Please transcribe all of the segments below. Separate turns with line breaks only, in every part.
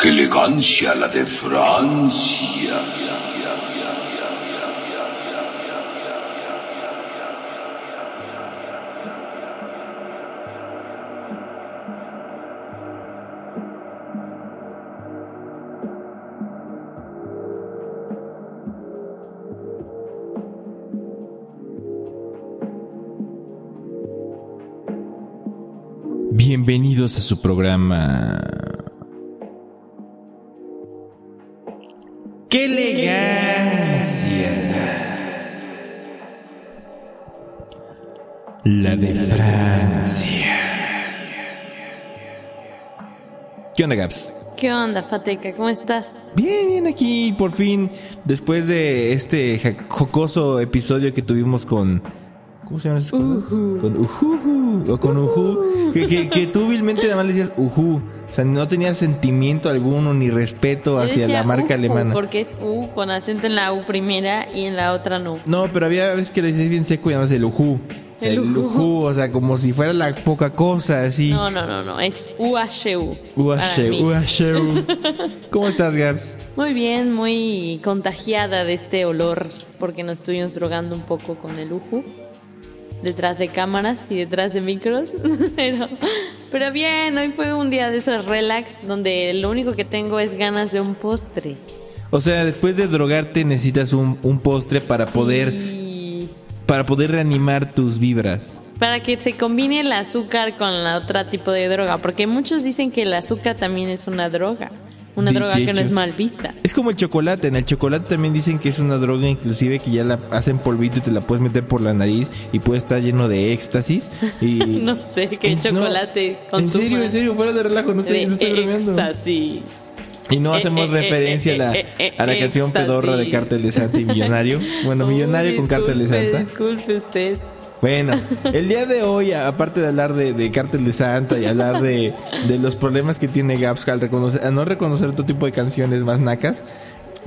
¡Qué elegancia la de Francia!
Bienvenidos a su programa. ¡Qué elegancia! La de Francia. ¿Qué onda, Gaps?
¿Qué onda, Fateca? ¿Cómo estás?
Bien, bien aquí, por fin, después de este ja- jocoso episodio que tuvimos con... ¿Cómo se llaman esas cosas? Con Ujuhu, o con Ujú, que, que, que tú vilmente nada más le decías Ujú, o sea, no tenía sentimiento alguno ni respeto
Yo
hacia
decía
la marca
U,
alemana.
Porque es U con acento en la U primera y en la otra no.
No, pero había veces que lo decías bien seco y nada más el Ujú. O sea,
El
El
Ujú.
Ujú, o sea, como si fuera la poca cosa, así.
No, no, no, no. Es UHU. para mí.
Uashe, uashe. ¿Cómo estás, Gaps?
Muy bien, muy contagiada de este olor porque nos estuvimos drogando un poco con el UHU. Detrás de cámaras y detrás de micros. pero, pero bien, hoy fue un día de esos relax donde lo único que tengo es ganas de un postre.
O sea, después de drogarte necesitas un, un postre para poder
Y-
para poder reanimar tus vibras.
Para que se combine el azúcar con la otra tipo de droga, porque muchos dicen que el azúcar también es una droga, una
De
droga que no
hecho.
es mal vista.
Es como el chocolate, en el chocolate también dicen que es una droga inclusive que ya la hacen polvito y te la puedes meter por la nariz y puede estar lleno de éxtasis y
No sé qué
No,
chocolate
En
consuman.
serio, en serio, fuera de relajo, no estoy, no estoy
De
bromeando.
éxtasis.
Y no
Eh,
hacemos
eh,
referencia
eh,
a la,
eh, eh,
a la canción
éxtasis.
pedorra de Cártel de Santa y Millonario. Bueno,
Uy,
Millonario con Cártel de
disculpe,
Santa.
Disculpe usted.
Bueno, el día de hoy, a- aparte de hablar de, de Cártel de Santa y hablar de, de los problemas que tiene Gaps al reconocer, a no reconocer otro tipo de canciones más nacas.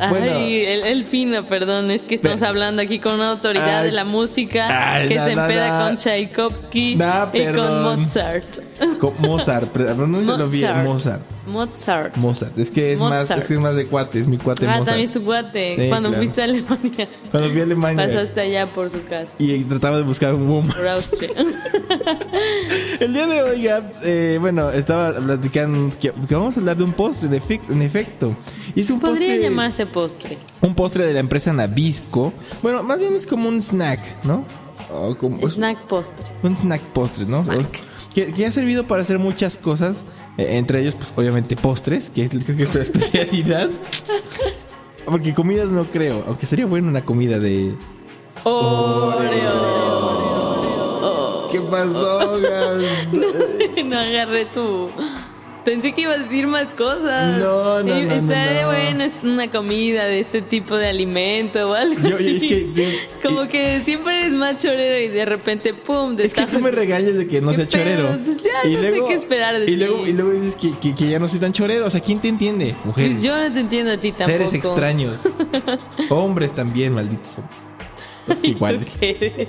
Bueno.
Ay, el, el fino, perdón, es que estamos
Ve-
hablando aquí con una autoridad
Ay.
de la música
Ay,
que
no,
se
no,
empeda
no.
con Tchaikovsky
No,
y con
perdón.
Mozart.
Con Mozart, pre- pronúncialo bien, Mozart.
Mozart.
Mozart, es que es más,
Mozart.
es que es más de cuate, es mi cuate
Ah,
Mozart.
también es tu cuate.
Sí,
Cuando
claro.
fuiste a Alemania,
Cuando fui a Alemania
pasaste allá por su casa,
y trataba de buscar un boom.
por Austria.
El día de hoy, Gaps, eh, bueno, estaba platicando que, que vamos a hablar de un postre, de efec- en efecto. Y es un
Podría
postre,
llamarse postre.
un postre de la empresa Nabisco. Bueno, más bien es como un snack, ¿no? O como, es
Snack postre.
un snack postre, ¿no?
Snack.
Que, que ha servido para hacer muchas cosas, eh, entre ellos, pues, obviamente, postres, que es- creo que es su especialidad. Porque comidas no creo, aunque sería bueno una comida de...
Oreo.
¿Qué pasó, Gaps?
no agarré tu. Pensé que ibas a decir más cosas.
No, no, no,
Y
no,
Estaría
no.
bueno es una comida de este tipo de alimento o algo
Yo- yo-
así.
es que- yo-
Como que siempre eres más chorero y de repente, pum,
Es que tú me regañas de que no
Qué
sea
pedo,
chorero.
entonces ya no sé qué esperar de
y
ti.
luego, y luego dices que, que- que ya no soy tan chorero. O sea, ¿quién te entiende? Mujeres.
Pues yo no te entiendo a ti tampoco.
seres extraños. Hombres también, malditos. hombres. Es igual.
¿Tú qué eres?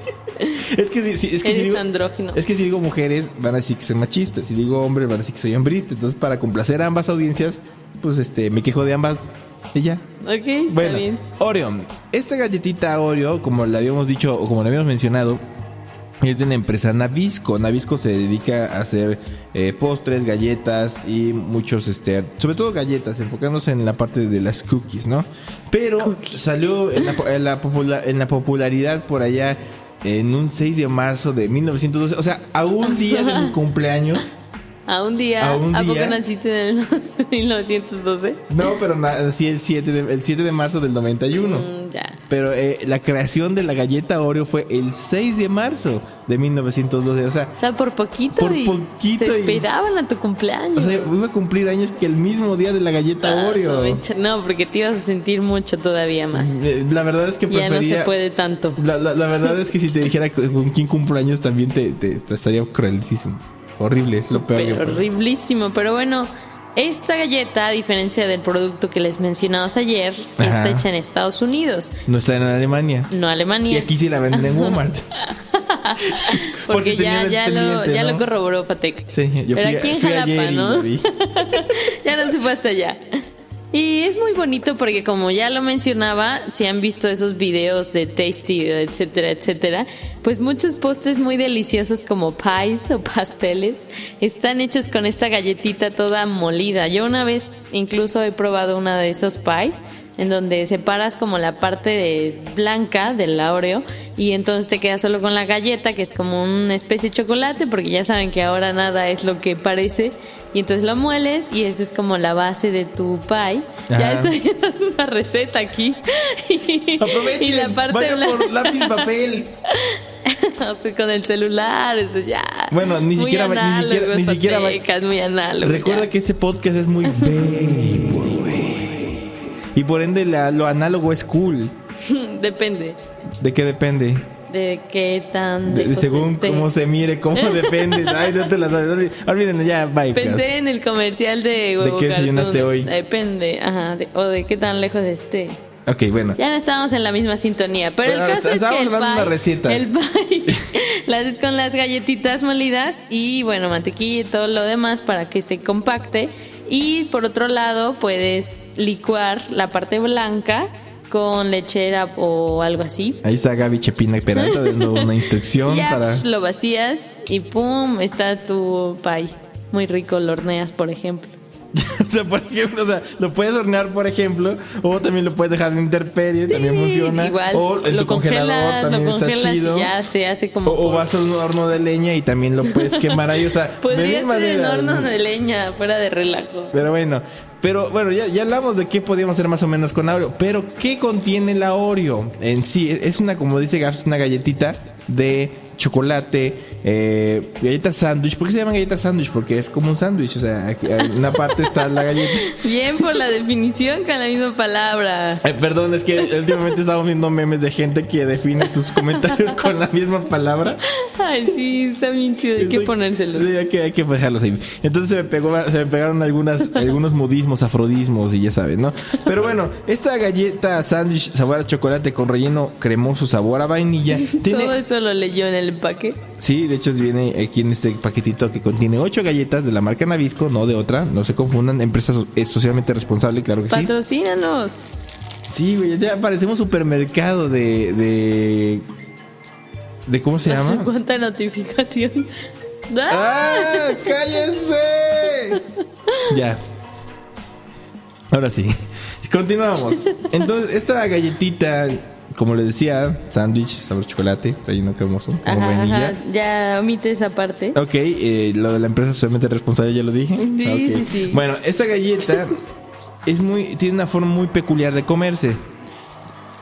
Es que si, si- es que si
Eres
digo,
andrógino.
es que si digo mujeres, van a decir que soy machista. Si digo hombres, van a decir que soy hombrista. Entonces, para complacer a ambas audiencias, pues este, me quejo de ambas. Y ya.
Ok, está
Bueno,
bien.
Oreo. Esta galletita Oreo, como la habíamos dicho o como la habíamos mencionado, es de la empresa Nabisco. Nabisco se dedica a hacer eh, postres, galletas y muchos, este, sobre todo galletas, enfocándose en la parte de las cookies, ¿no? Pero salió en la, po- en la popula- en la popularidad por allá en un 6 de marzo de 1912, o sea, a un día de mi cumpleaños.
A un día,
A
a,
un día.
poco naciste en el 1912?
No, pero nací el 7 de, el 7 de marzo del 91.
Mm, ya.
Pero eh, la creación de la galleta Oreo fue el 6 de marzo de 1912. O sea,
O sea, por poquito
Por
y
poquito
se
y-
esperaban a tu cumpleaños.
o sea, iba a cumplir años que el mismo día de la galleta
Ah,
Oreo.
sobecha- No, porque te ibas a sentir mucho todavía más.
Eh, La verdad es que
Ya no
prefería.
se puede tanto.
La, la- la verdad es que si te dijera con quién cumpleaños también te, te- te estaría cruelísimo. Horrible, es lo peor. que
Pero
puede.
horriblísimo. Pero bueno, esta galleta, a diferencia del producto que les mencionamos ayer,
Ajá.
está hecha en Estados Unidos,
No está en Alemania.
no
Y
Alemania.
aquí sí la venden en Walmart. por
porque
si
ya,
tenían el
ya, lo,
pendiente,
ya
¿no?
lo corroboró Fatec.
Sí, yo fui,
Pero
a-
aquí en
fui
Jalapa,
ayer y
¿no?
lo vi.
ya Ya no se fue hasta allá. Y es muy bonito porque como ya lo mencionaba, si han visto esos videos de Tasty, etcétera, etcétera, pues muchos postres muy deliciosos como pies o pasteles están hechos con esta galletita toda molida. Yo una vez incluso he probado una de esos pies en donde separas como la parte de blanca del Oreo y entonces te quedas solo con la galleta que es como una especie de chocolate porque ya saben que ahora nada es lo que parece y entonces lo mueles y esa es como la base de tu pie. Ya
Ajá.
estoy dando una receta aquí. Y,
Aprovechen.
y la parte
vayan
blanca
por lápiz papel.
así con el celular, eso ya.
Bueno, ni
Muy
siquiera va- ni
análogo,
siquiera- ni siquiera va-
Zacatecas, muy análogo.
Recuerda
ya.
que este podcast es muy baby, Y por ende la- lo análogo es cool.
depende
¿De qué depende?
de qué tan
De-
lejos
según
esté.
cómo se mire, cómo depende. Ay, no te la sabes. Olví- Olvídenlo, ya, bye.
Pensé en el comercial de huevo
qué desayunaste
Cartoon.
hoy?
Depende, ajá, de- o de qué tan lejos esté.
Ok, bueno.
Ya no estábamos en la misma sintonía, pero,
Pero
el caso es
estábamos
que el
hablando de
pie,
una receta.
el pie, las haces con las galletitas molidas y bueno, mantequilla y todo lo demás para que se compacte y por otro lado puedes licuar la parte blanca con lechera o algo así.
Ahí está Gaby Chepina Peralta dando una instrucción
Ya
para...
pues, lo vacías y pum, está tu pie. Muy rico, lo horneas, por ejemplo.
O sea, por ejemplo, o sea, lo puedes hornear, por ejemplo, o también lo puedes dejar en interperie, también funciona.
Igual,
o en
lo
tu congelador
congelas,
también
lo
está
congelas
chido.
y ya se hace como...
O, o
por-
vas a un horno de leña y también lo puedes quemar ahí, o sea, de
Podría
mil
ser en
maneras.
horno de leña, fuera de relajo.
Pero bueno, pero bueno, ya, ya hablamos de qué podíamos hacer más o menos con la Oreo, pero ¿qué contiene la Oreo en sí? e, Es- Es una, como dice Gaps, una galletita de chocolate, eh, galleta sándwich. ¿Por qué se llaman galleta sándwich? Porque es como un sándwich, o sea, aquí- en una parte está la galleta.
Bien por la definición con la misma palabra.
Ay, Eh, perdón, es que últimamente estamos viendo memes de gente que define sus comentarios con la misma palabra.
Ay, sí, está bien chido, hay que
Estoy-
ponérselo.
Sí, hay que, hay que dejarlos ahí. Entonces se me, pegó, se me pegaron algunas, algunos modismos, afrodismos y ya sabes, ¿no? Pero bueno, esta galleta sándwich sabor a chocolate con relleno cremoso sabor a vainilla tiene...
Todo eso lo leyó en el empaque.
Sí, de hecho viene aquí en este paquetito que contiene ocho galletas de la marca Nabisco, no de otra, no se confundan, empresa so- es socialmente responsable, claro que sí.
Patrocínanos.
Sí, güey, ya parecemos supermercado de... de... ¿De cómo se
¿Hace
llama?
cuánta notificación? ¿Da?
¡Ah! ¡Cállense! ya. Ahora sí. Continuamos. Entonces, esta galletita, como les decía, sándwich, sabor chocolate, relleno cremoso, con
Ajá,
vainilla.
ajá, ya omite esa parte.
Ok, eh, lo de la empresa solamente responsable ya lo dije.
Sí,
Ah, ok.
sí, sí.
Bueno, esta galleta es muy, tiene una forma muy peculiar de comerse.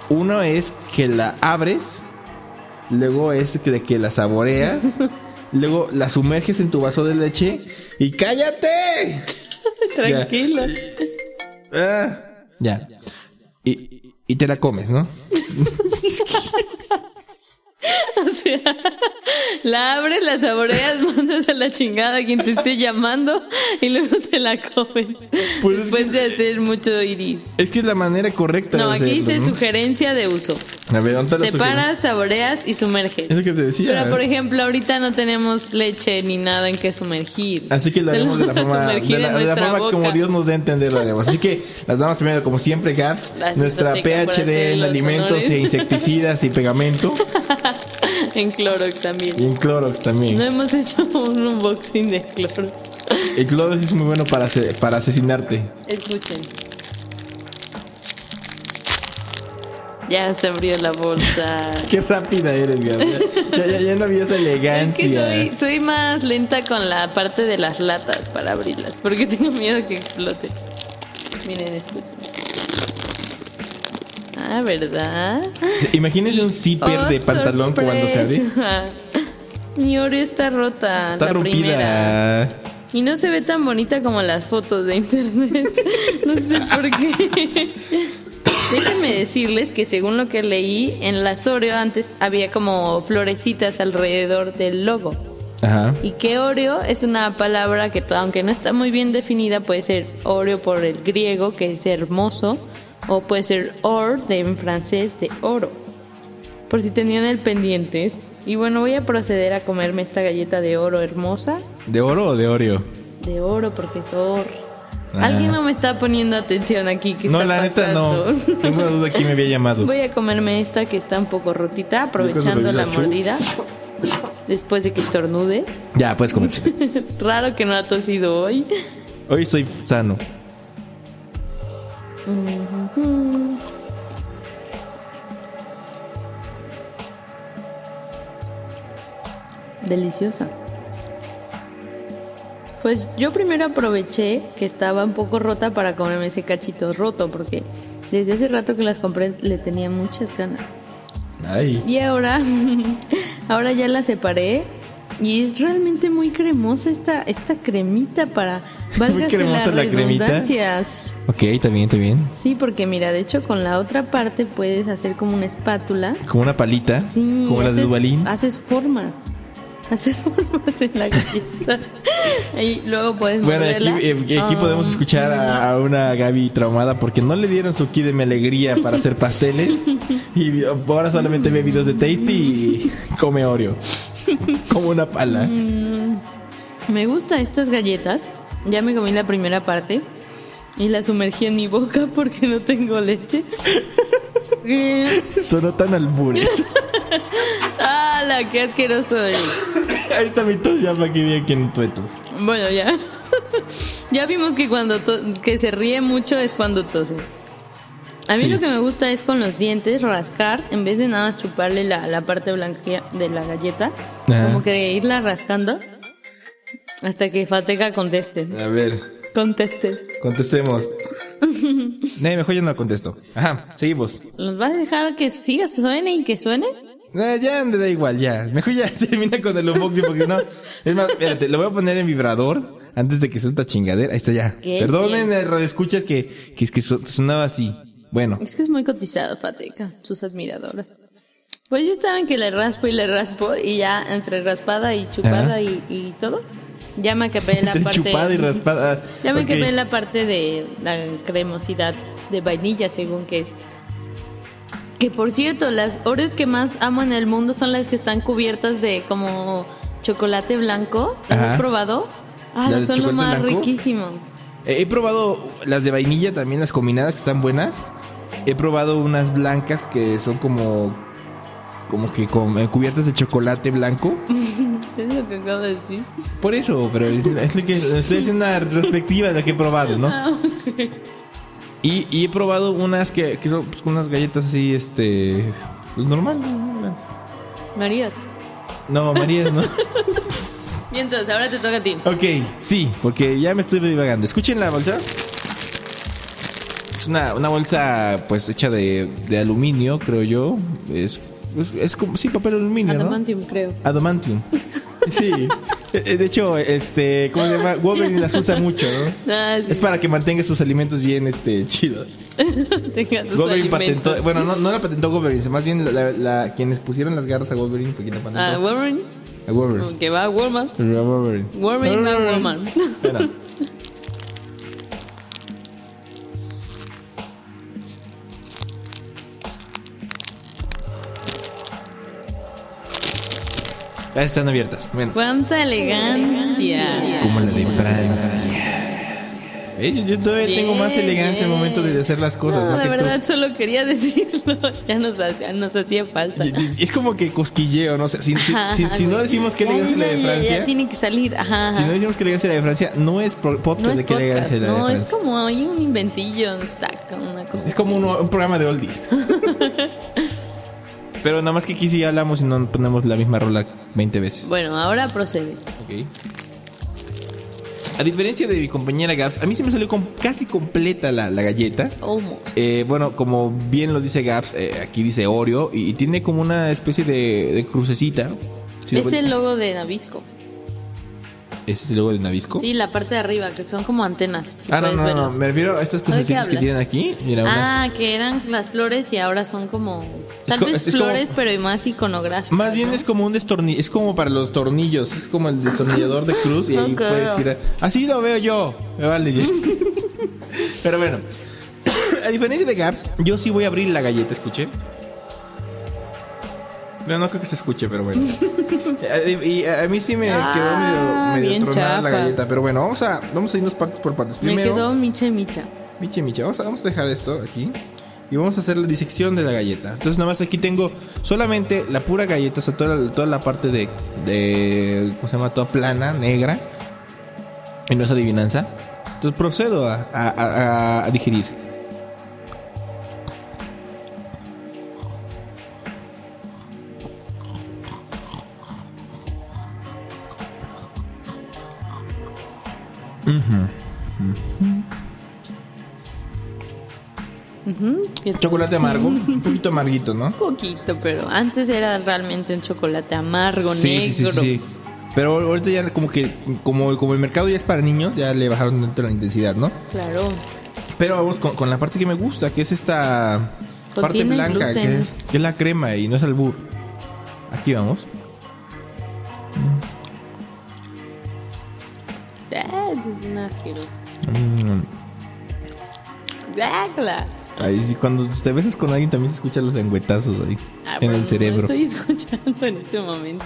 Uno es que la abres, luego es que- de que la saboreas, luego la sumerges en tu vaso de leche y cállate.
Tranquilo.
Ah, ya. Y, y te la comes, ¿no?
O sea, la abres, la saboreas, mandas a la chingada a quien te esté llamando y luego te la comes.
Pues es
Después
que-
de hacer mucho iris.
Es que es la manera correcta
No,
de
aquí
hacerlo.
dice
¿no?
sugerencia de uso.
A ver, ¿dónde está la sugerencia?
Separas, saboreas y sumerges.
Es lo que te decía.
Pero por ejemplo, ahorita no tenemos leche ni nada en que sumergir.
Así que lo haremos de la
Tenemos
forma,
sumergir
de la,
en
de la
nuestra
forma
boca.
como Dios nos dé a entender lo haremos. Así que las damos primero, como siempre, Gaps,
Gracias,
nuestra
Toteca, por
PhD
hacer
en
los
alimentos
honores.
e insecticidas y pegamento.
en Clorox también.
Y en Clorox
No
también.
hemos hecho un unboxing de Clorox.
El Clorox es muy bueno para, ase- para asesinarte.
Escuchen. Ya se abrió la bolsa.
Qué rápida eres, Gaps. Ya, ya- ya no había esa
Es que
elegancia.
soy, soy más lenta con la parte de las latas para abrirlas, porque tengo miedo que explote. Miren, escuchen. Ah, ¿verdad?
Imagínense un zipper
Oh,
de pantalón cuando se abre.
sorpresa. Mi Oreo está rota,
Está
la primera.
rompida.
Y no se ve tan bonita como las fotos de internet. No sé por qué. Déjenme decirles que según lo que leí, en las Oreo antes había como florecitas alrededor del logo.
Ajá.
Y que Oreo es una palabra que, to- aunque no está muy bien definida, puede ser Oreo por el griego, que es hermoso, o puede ser or, de, en francés, de oro. Por si tenían el pendiente. Y bueno, voy a proceder a comerme esta galleta de oro hermosa.
¿De oro o de Oreo?
De oro, porque es oro.
Ah.
Alguien no me está poniendo atención aquí. ¿qué
No,
está
la neta no.
pasando?
Tengo una duda quién me había llamado.
Voy a comerme esta que está un poco rotita, aprovechando
Yo creo que
la
lo hizo
mordida. Después de que estornude.
Ya, puedes comerse.
Raro que no ha tosido hoy.
Hoy soy sano.
Deliciosa. Pues yo primero aproveché que estaba un poco rota para comerme ese cachito roto, porque desde hace rato que las compré le tenía muchas ganas.
Ay.
Y ahora, ahora ya la separé y es realmente muy cremosa esta, esta cremita para valga
cremosa la cremita. Ok, también, también.
Sí, porque mira, de hecho con la otra parte puedes hacer como una espátula.
Como una palita.
Sí,
como las de
haces-
Dubalín.
Haces formas. Haces formas en la galleta. y luego puedes
Bueno, aquí,
morderla.
eh, aquí
Ah.
podemos escuchar a, a una Gaby traumada porque no le dieron su kit de mi alegría para hacer pasteles. Y ahora solamente ve videos de Tasty y come Oreo. Como una pala.
Mm, Me gustan estas galletas. Ya me comí la primera parte y la sumergí en mi boca porque no tengo leche. Eh,
Sonó tan albures.
¡Hala! ¡Qué asqueroso eres!
Ahí está mi tos ya para que digan que no tueto.
Bueno, ya. Ya vimos que cuando to- que se ríe mucho es cuando tose. A mí
Sí.
lo que me gusta es con los dientes rascar, en vez de nada chuparle la, la parte blanca de la galleta,
Ajá.
como que irla rascando hasta que Fateca conteste.
A ver,
Conteste.
contestemos. No, mejor yo no contesto. Ajá, seguimos.
¿Los vas a dejar que siga, suene y que suene?
Eh, ya me da igual, ya. Mejor ya termina con el unboxing porque no. Es más, espérate, lo voy a poner en vibrador antes de que suene esta chingadera. Ahí está ya.
Qué
Perdonen, eh, radioescuchas que, que, es que su- sonaba así. Bueno,
Es que es muy cotizado, Fateca, sus admiradoras. Pues ya saben que le raspo y le raspo y ya entre raspada y chupada
Ajá.
y, y todo, ya me acabé la
entre
parte...
chupada y raspada.
Ya me
Ok.
quemé la parte de la cremosidad de vainilla, según que es. Que por cierto, las Oreos que más amo en el mundo son las que están cubiertas de como chocolate blanco. ¿Las
Ajá.
has probado? Ah,
¿Las de
son lo
chocolate
más
blanco?
riquísimo.
Eh, He probado las de vainilla también, las combinadas que están buenas. He probado unas blancas que son como. Como que con, eh, cubiertas de chocolate blanco.
Es lo que acabo de decir.
Por eso, pero es, es lo que estoy haciendo una retrospectiva de lo que he probado, ¿no? y, y he probado unas que, que son pues, unas galletas así, este. Pues normal, ¿no? Las-
Marías.
No, María, ¿no?
Y entonces, ahora te toca a ti.
ok, sí, porque ya me estoy divagando. Escuchen la bolsa. Es una, una bolsa, pues, hecha de, de aluminio, creo yo. Es, es, es como, sí, papel aluminio, ¿no?
Adamantium, creo.
Adamantium. Sí. Eh, De hecho, este, ¿cómo se llama? Wolverine las usa mucho, ¿no?
Ah,
Es
sí.
para que mantenga sus alimentos bien este chidos.
Tenga tus
Wolverine
alimentos.
patentó, bueno, no, no la patentó Wolverine, más bien la- la- la- quienes pusieron las garras a Wolverine fue quien la
Ah,
patentó.
Warren,
A Wolverine.
que va a Walmart.
A Wolverine.
Wolverine va a Walmart.
Espera. Ah, están abiertas. Bueno,
¡Cuánta elegancia!
como la de Francia. Eh, yo- Yo todavía tengo más
Bien,
elegancia al
bien.
momento de hacer las cosas.
No,
¿no?
de
que tú.
verdad solo quería decirlo. Ya nos hacía, nos hacía falta.
Y- y- Es como que cosquilleo, no sé. Si, si- si- si no decimos que
Ya,
elegancia es la
ya,
de
ya,
Francia,
Ya tiene que salir. Ajá.
si no
ajá.
decimos que elegancia es la de Francia, no es pro- podcast
No es
de que elegancia es
podcast,
la
no,
de
es
Francia.
como hay un inventillo, un stack, una cosa.
Es como
así.
un, un programa de oldies. Pero nada más que aquí sí hablamos y no ponemos la misma rola 20 veces.
Bueno, ahora procede.
Ok. A diferencia de mi compañera Gabs, a mí se me salió com- casi completa la, la galleta.
Almost.
Eh, bueno, como bien lo dice Gaps, eh, aquí dice Oreo y, y tiene como una especie de, de crucecita. Sí,
es
lo-
el logo de Nabisco.
¿Ese es el logo de Nabisco?
Sí, la parte de arriba, que son como antenas. si
ah, no,
puedes
no, no,
verlo.
no, me refiero a estas
¿De qué
crucecitas que
hablas?
tienen aquí. Mira, unas-
Ah, que eran las flores y ahora son como. Tal
co-
vez
es- es como-
flores, pero más iconográficas.
Más bien
¿no?
es como un destornillo, es como para los tornillos, es como el destornillador de cruz y
No
ahí
creo.
puedes ir. a- Así lo veo yo, me vale. ya. Pero bueno, a diferencia de Gaps, yo sí voy a abrir la galleta, escuché. No, no creo que se escuche, pero bueno. Eh, y a mí sí me
Ah,
quedó medio,
bien
medio tronada la
chafa.
galleta. Pero bueno, vamos a, vamos a irnos partes por partes.
Me
Primero,
quedó micha y micha.
Michi, Michi, vamos a, vamos a dejar esto aquí. Y vamos a hacer la disección de la galleta. Entonces, nada más aquí tengo solamente la pura galleta, o sea, toda la, toda la parte de, de. ¿Cómo se llama? Toda plana, negra. Y no es adivinanza. Entonces procedo a, a- a- a- a digerir.
Ujú, que-
Chocolate amargo, un poquito amarguito, ¿no?
poquito, pero antes era realmente un chocolate amargo,
Sí, sí, sí,
negro.
sí, sí. Pero ahorita ya como que, como, como el mercado ya es para niños, ya le bajaron dentro la intensidad, ¿no?
Claro.
Pero vamos con, con la parte que me gusta, que es esta parte
Contiene
blanca,
gluten.
que es, que es la crema y no es albur. Aquí vamos.
Ah, Es un asqueroso. Ah,
Mm.
Dácala.
Ahí sí, cuando te besas con alguien también se escuchan los lengüetazos ahí
Ah,
en
bueno,
el cerebro.
Estoy escuchando en ese momento.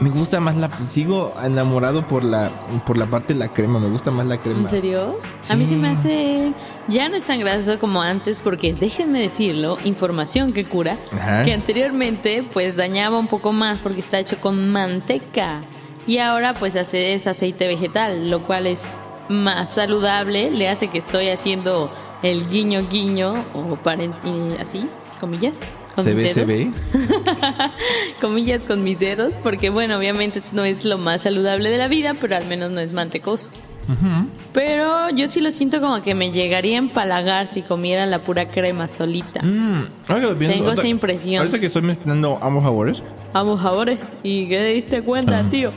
Me gusta más la sigo enamorado por la por la parte de la crema, me gusta más la crema.
¿En serio? A mí
Sí.
se me hace. Ya no es tan grasoso como antes, porque déjenme decirlo, información que cura,
Ajá.
que anteriormente pues dañaba un poco más porque está hecho con manteca. Y ahora pues hace es aceite vegetal, lo cual es más saludable, le hace que estoy haciendo el guiño guiño o paren, eh, así, comillas. con
se
mis
ve, se
dedos
ve.
comillas con mis dedos, porque bueno, obviamente no es lo más saludable de la vida, pero al menos no es mantecoso. Pero yo sí lo siento como que me llegaría a empalagar si comiera la pura crema solita.
Mm, ahora que lo pienso,
Tengo esa
ahorita-
impresión.
Ahorita que estoy mezclando ambos sabores,
Vamos ahora, ¿y qué te diste cuenta,
Ah.
tío?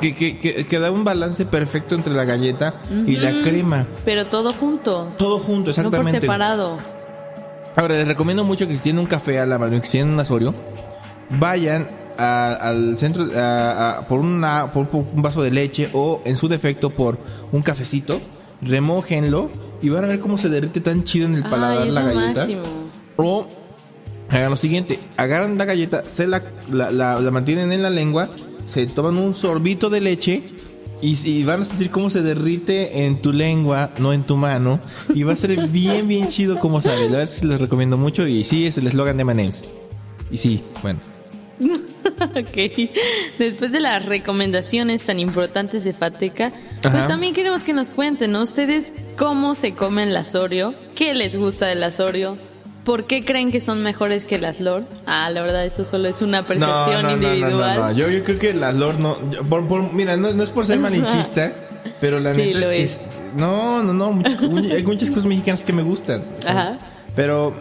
que, que, que, que da un balance perfecto entre la galleta y la crema.
Pero todo junto,
Todo junto,
no por
exactamente.
separado.
Ahora, les recomiendo mucho que si tienen un café a la mano, que si tienen un asorio, vayan a- al centro a- a- por, una, por, por un vaso de leche o, en su defecto, por un cafecito, remójenlo y van a ver cómo se derrite tan chido en el paladar
Ay, es
la
lo
galleta.
máximo.
O hagan lo siguiente, agarran la galleta, se la, la, la- la mantienen en la lengua, se toman un sorbito de leche y, y van a sentir cómo se derrite en tu lengua, no en tu mano. Y va a ser bien, bien chido como sabe. La verdad sí les recomiendo mucho y sí, es el eslogan de M&M's. Y sí, bueno.
Ok. Después de las recomendaciones tan importantes de Fateca,
Ajá.
pues también queremos que nos cuenten, ¿no? Ustedes cómo se comen las Oreo, qué les gusta del las Oreo, por qué creen que son mejores que las Lord. Ah, la verdad, eso solo es una percepción individual.
Yo, yo creo que las Lord no... yo- por- por- mira, no, no es por ser malinchista, pero la
Sí,
neta es
lo
que...
es.
s- No, no, no. muchas- hay muchas cosas mexicanas que me gustan.
Ajá.
Pero...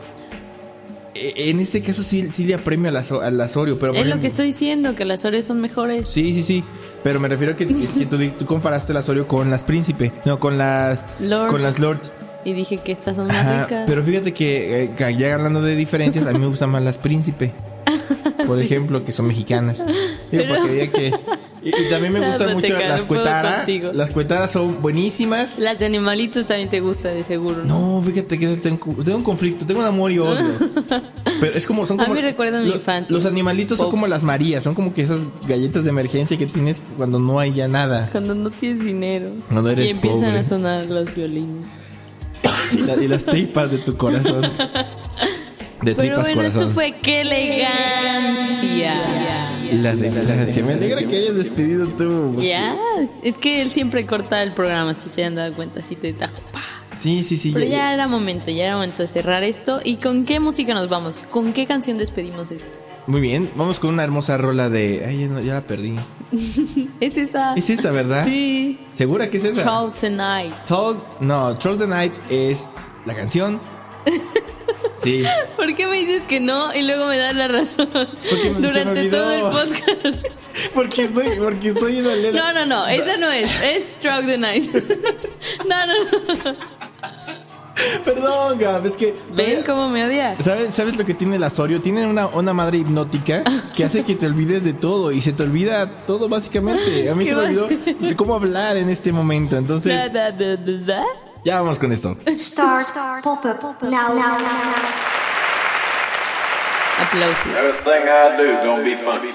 eh, En este caso sí, sí le apremio a las, a las Oreo, pero... por
Es lo
ejemplo-
que estoy diciendo, que las Oreo son mejores.
Sí, sí, sí. Pero me refiero a que, que tú, di- tú comparaste las Oreo con las Príncipe. No, con las...
Lord.
Con las Lord.
Y dije que estas son más
Ajá,
ricas.
pero fíjate que eh, que ya hablando de diferencias, a mí me gustan más las príncipe. Por ejemplo, que son mexicanas. Digo,
Pero-
porque diga que- y, y también me
Nada,
gustan
no te
mucho
creo,
las
no puedo
cuetaras.
contigo.
Las cuetaras son buenísimas.
Las de animalitos también te gustan, de seguro. ¿no?
No, fíjate que tengo, tengo un conflicto, tengo un amor y odio. Pero es como, son
A
como.
mí me recuerda a mi
lo-
infancia.
Los animalitos son
Pop.
como las Marías, son como que esas galletas de emergencia que tienes cuando no hay ya nada.
Cuando no tienes dinero.
Cuando eres
y empiezan
pobre.
a sonar los violines.
Y, la- y las tripas de tu corazón. De tripas
Pero bueno,
corazón.
esto fue qué elegancia.
La elegancia. Me alegra que hayas despedido tú.
Ya, es que él siempre corta el programa, si se han dado cuenta, si te tajo.
Sí, sí, sí.
Pero
ya-
ya era momento, ya era momento de cerrar esto. ¿Y con qué música nos vamos? ¿Con qué canción despedimos esto?
Muy bien, vamos con una hermosa rola de... Ay, ya, no- ya la perdí.
¿Es esa?
Es esta, ¿verdad?
Sí.
¿Segura que es esa?
Troll Tonight.
Troll- No, Troll the Night es la canción. Sí.
¿Por qué me dices que no y luego me das la razón
Porque me- se me
durante
olvidó.
todo el podcast?
Porque estoy, porque estoy en la
No, no, no, esa no es. Es Troll the Night. No, no, no.
Perdón, Gab, es que...
¿Ven cómo me odia?
¿Sabes, ¿Sabes lo que tiene el Asorio? Tiene una, una madre hipnótica que hace que te olvides de todo y se te olvida todo básicamente. A mí
¿Qué
se me
va a
olvidó
ser?
cómo hablar en este momento. Entonces,
Da, da, da, da, da.
ya vamos con esto.
Start pop-up now. now.
Aplausos.
Everything I do gonna be funky.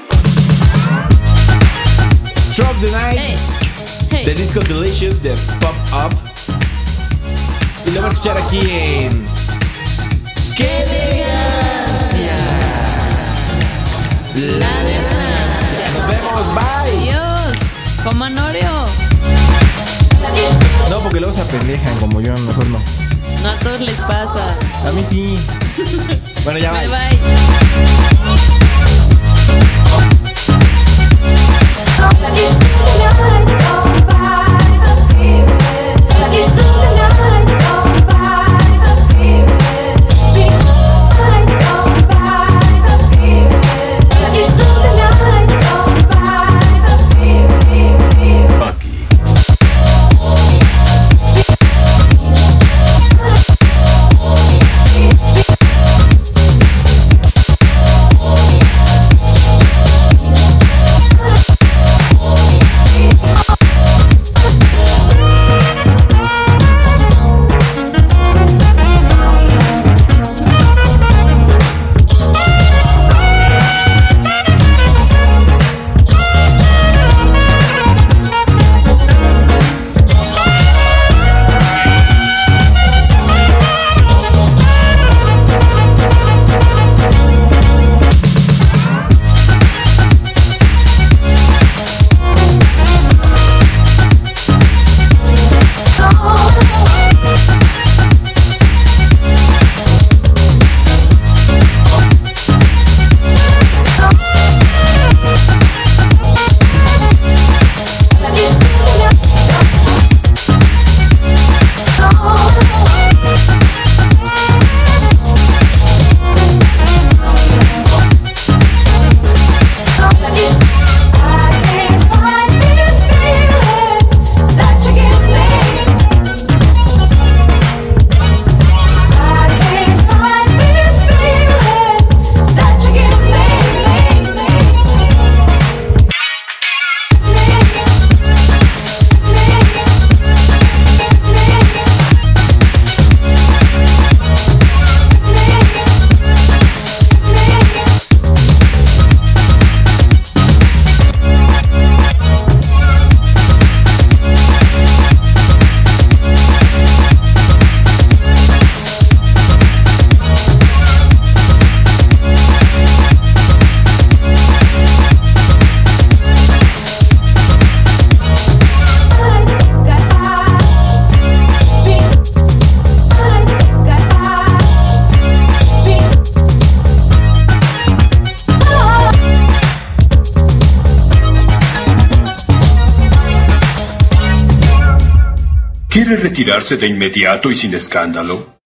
Drop the Night,
Hey,
The
hey.
Disco Delicious de Pop Up. Y lo vas a escuchar aquí en. ¡Qué elegancia! La de Francia. Nos vemos, bye.
Dios, coman Oreo.
No, porque luego se apendejan como yo, a lo mejor no.
No a todos les pasa.
A mí sí. Bueno, ya
Bye
bye.
bye.
Funky.
¿Quiere retirarse de inmediato y sin escándalo?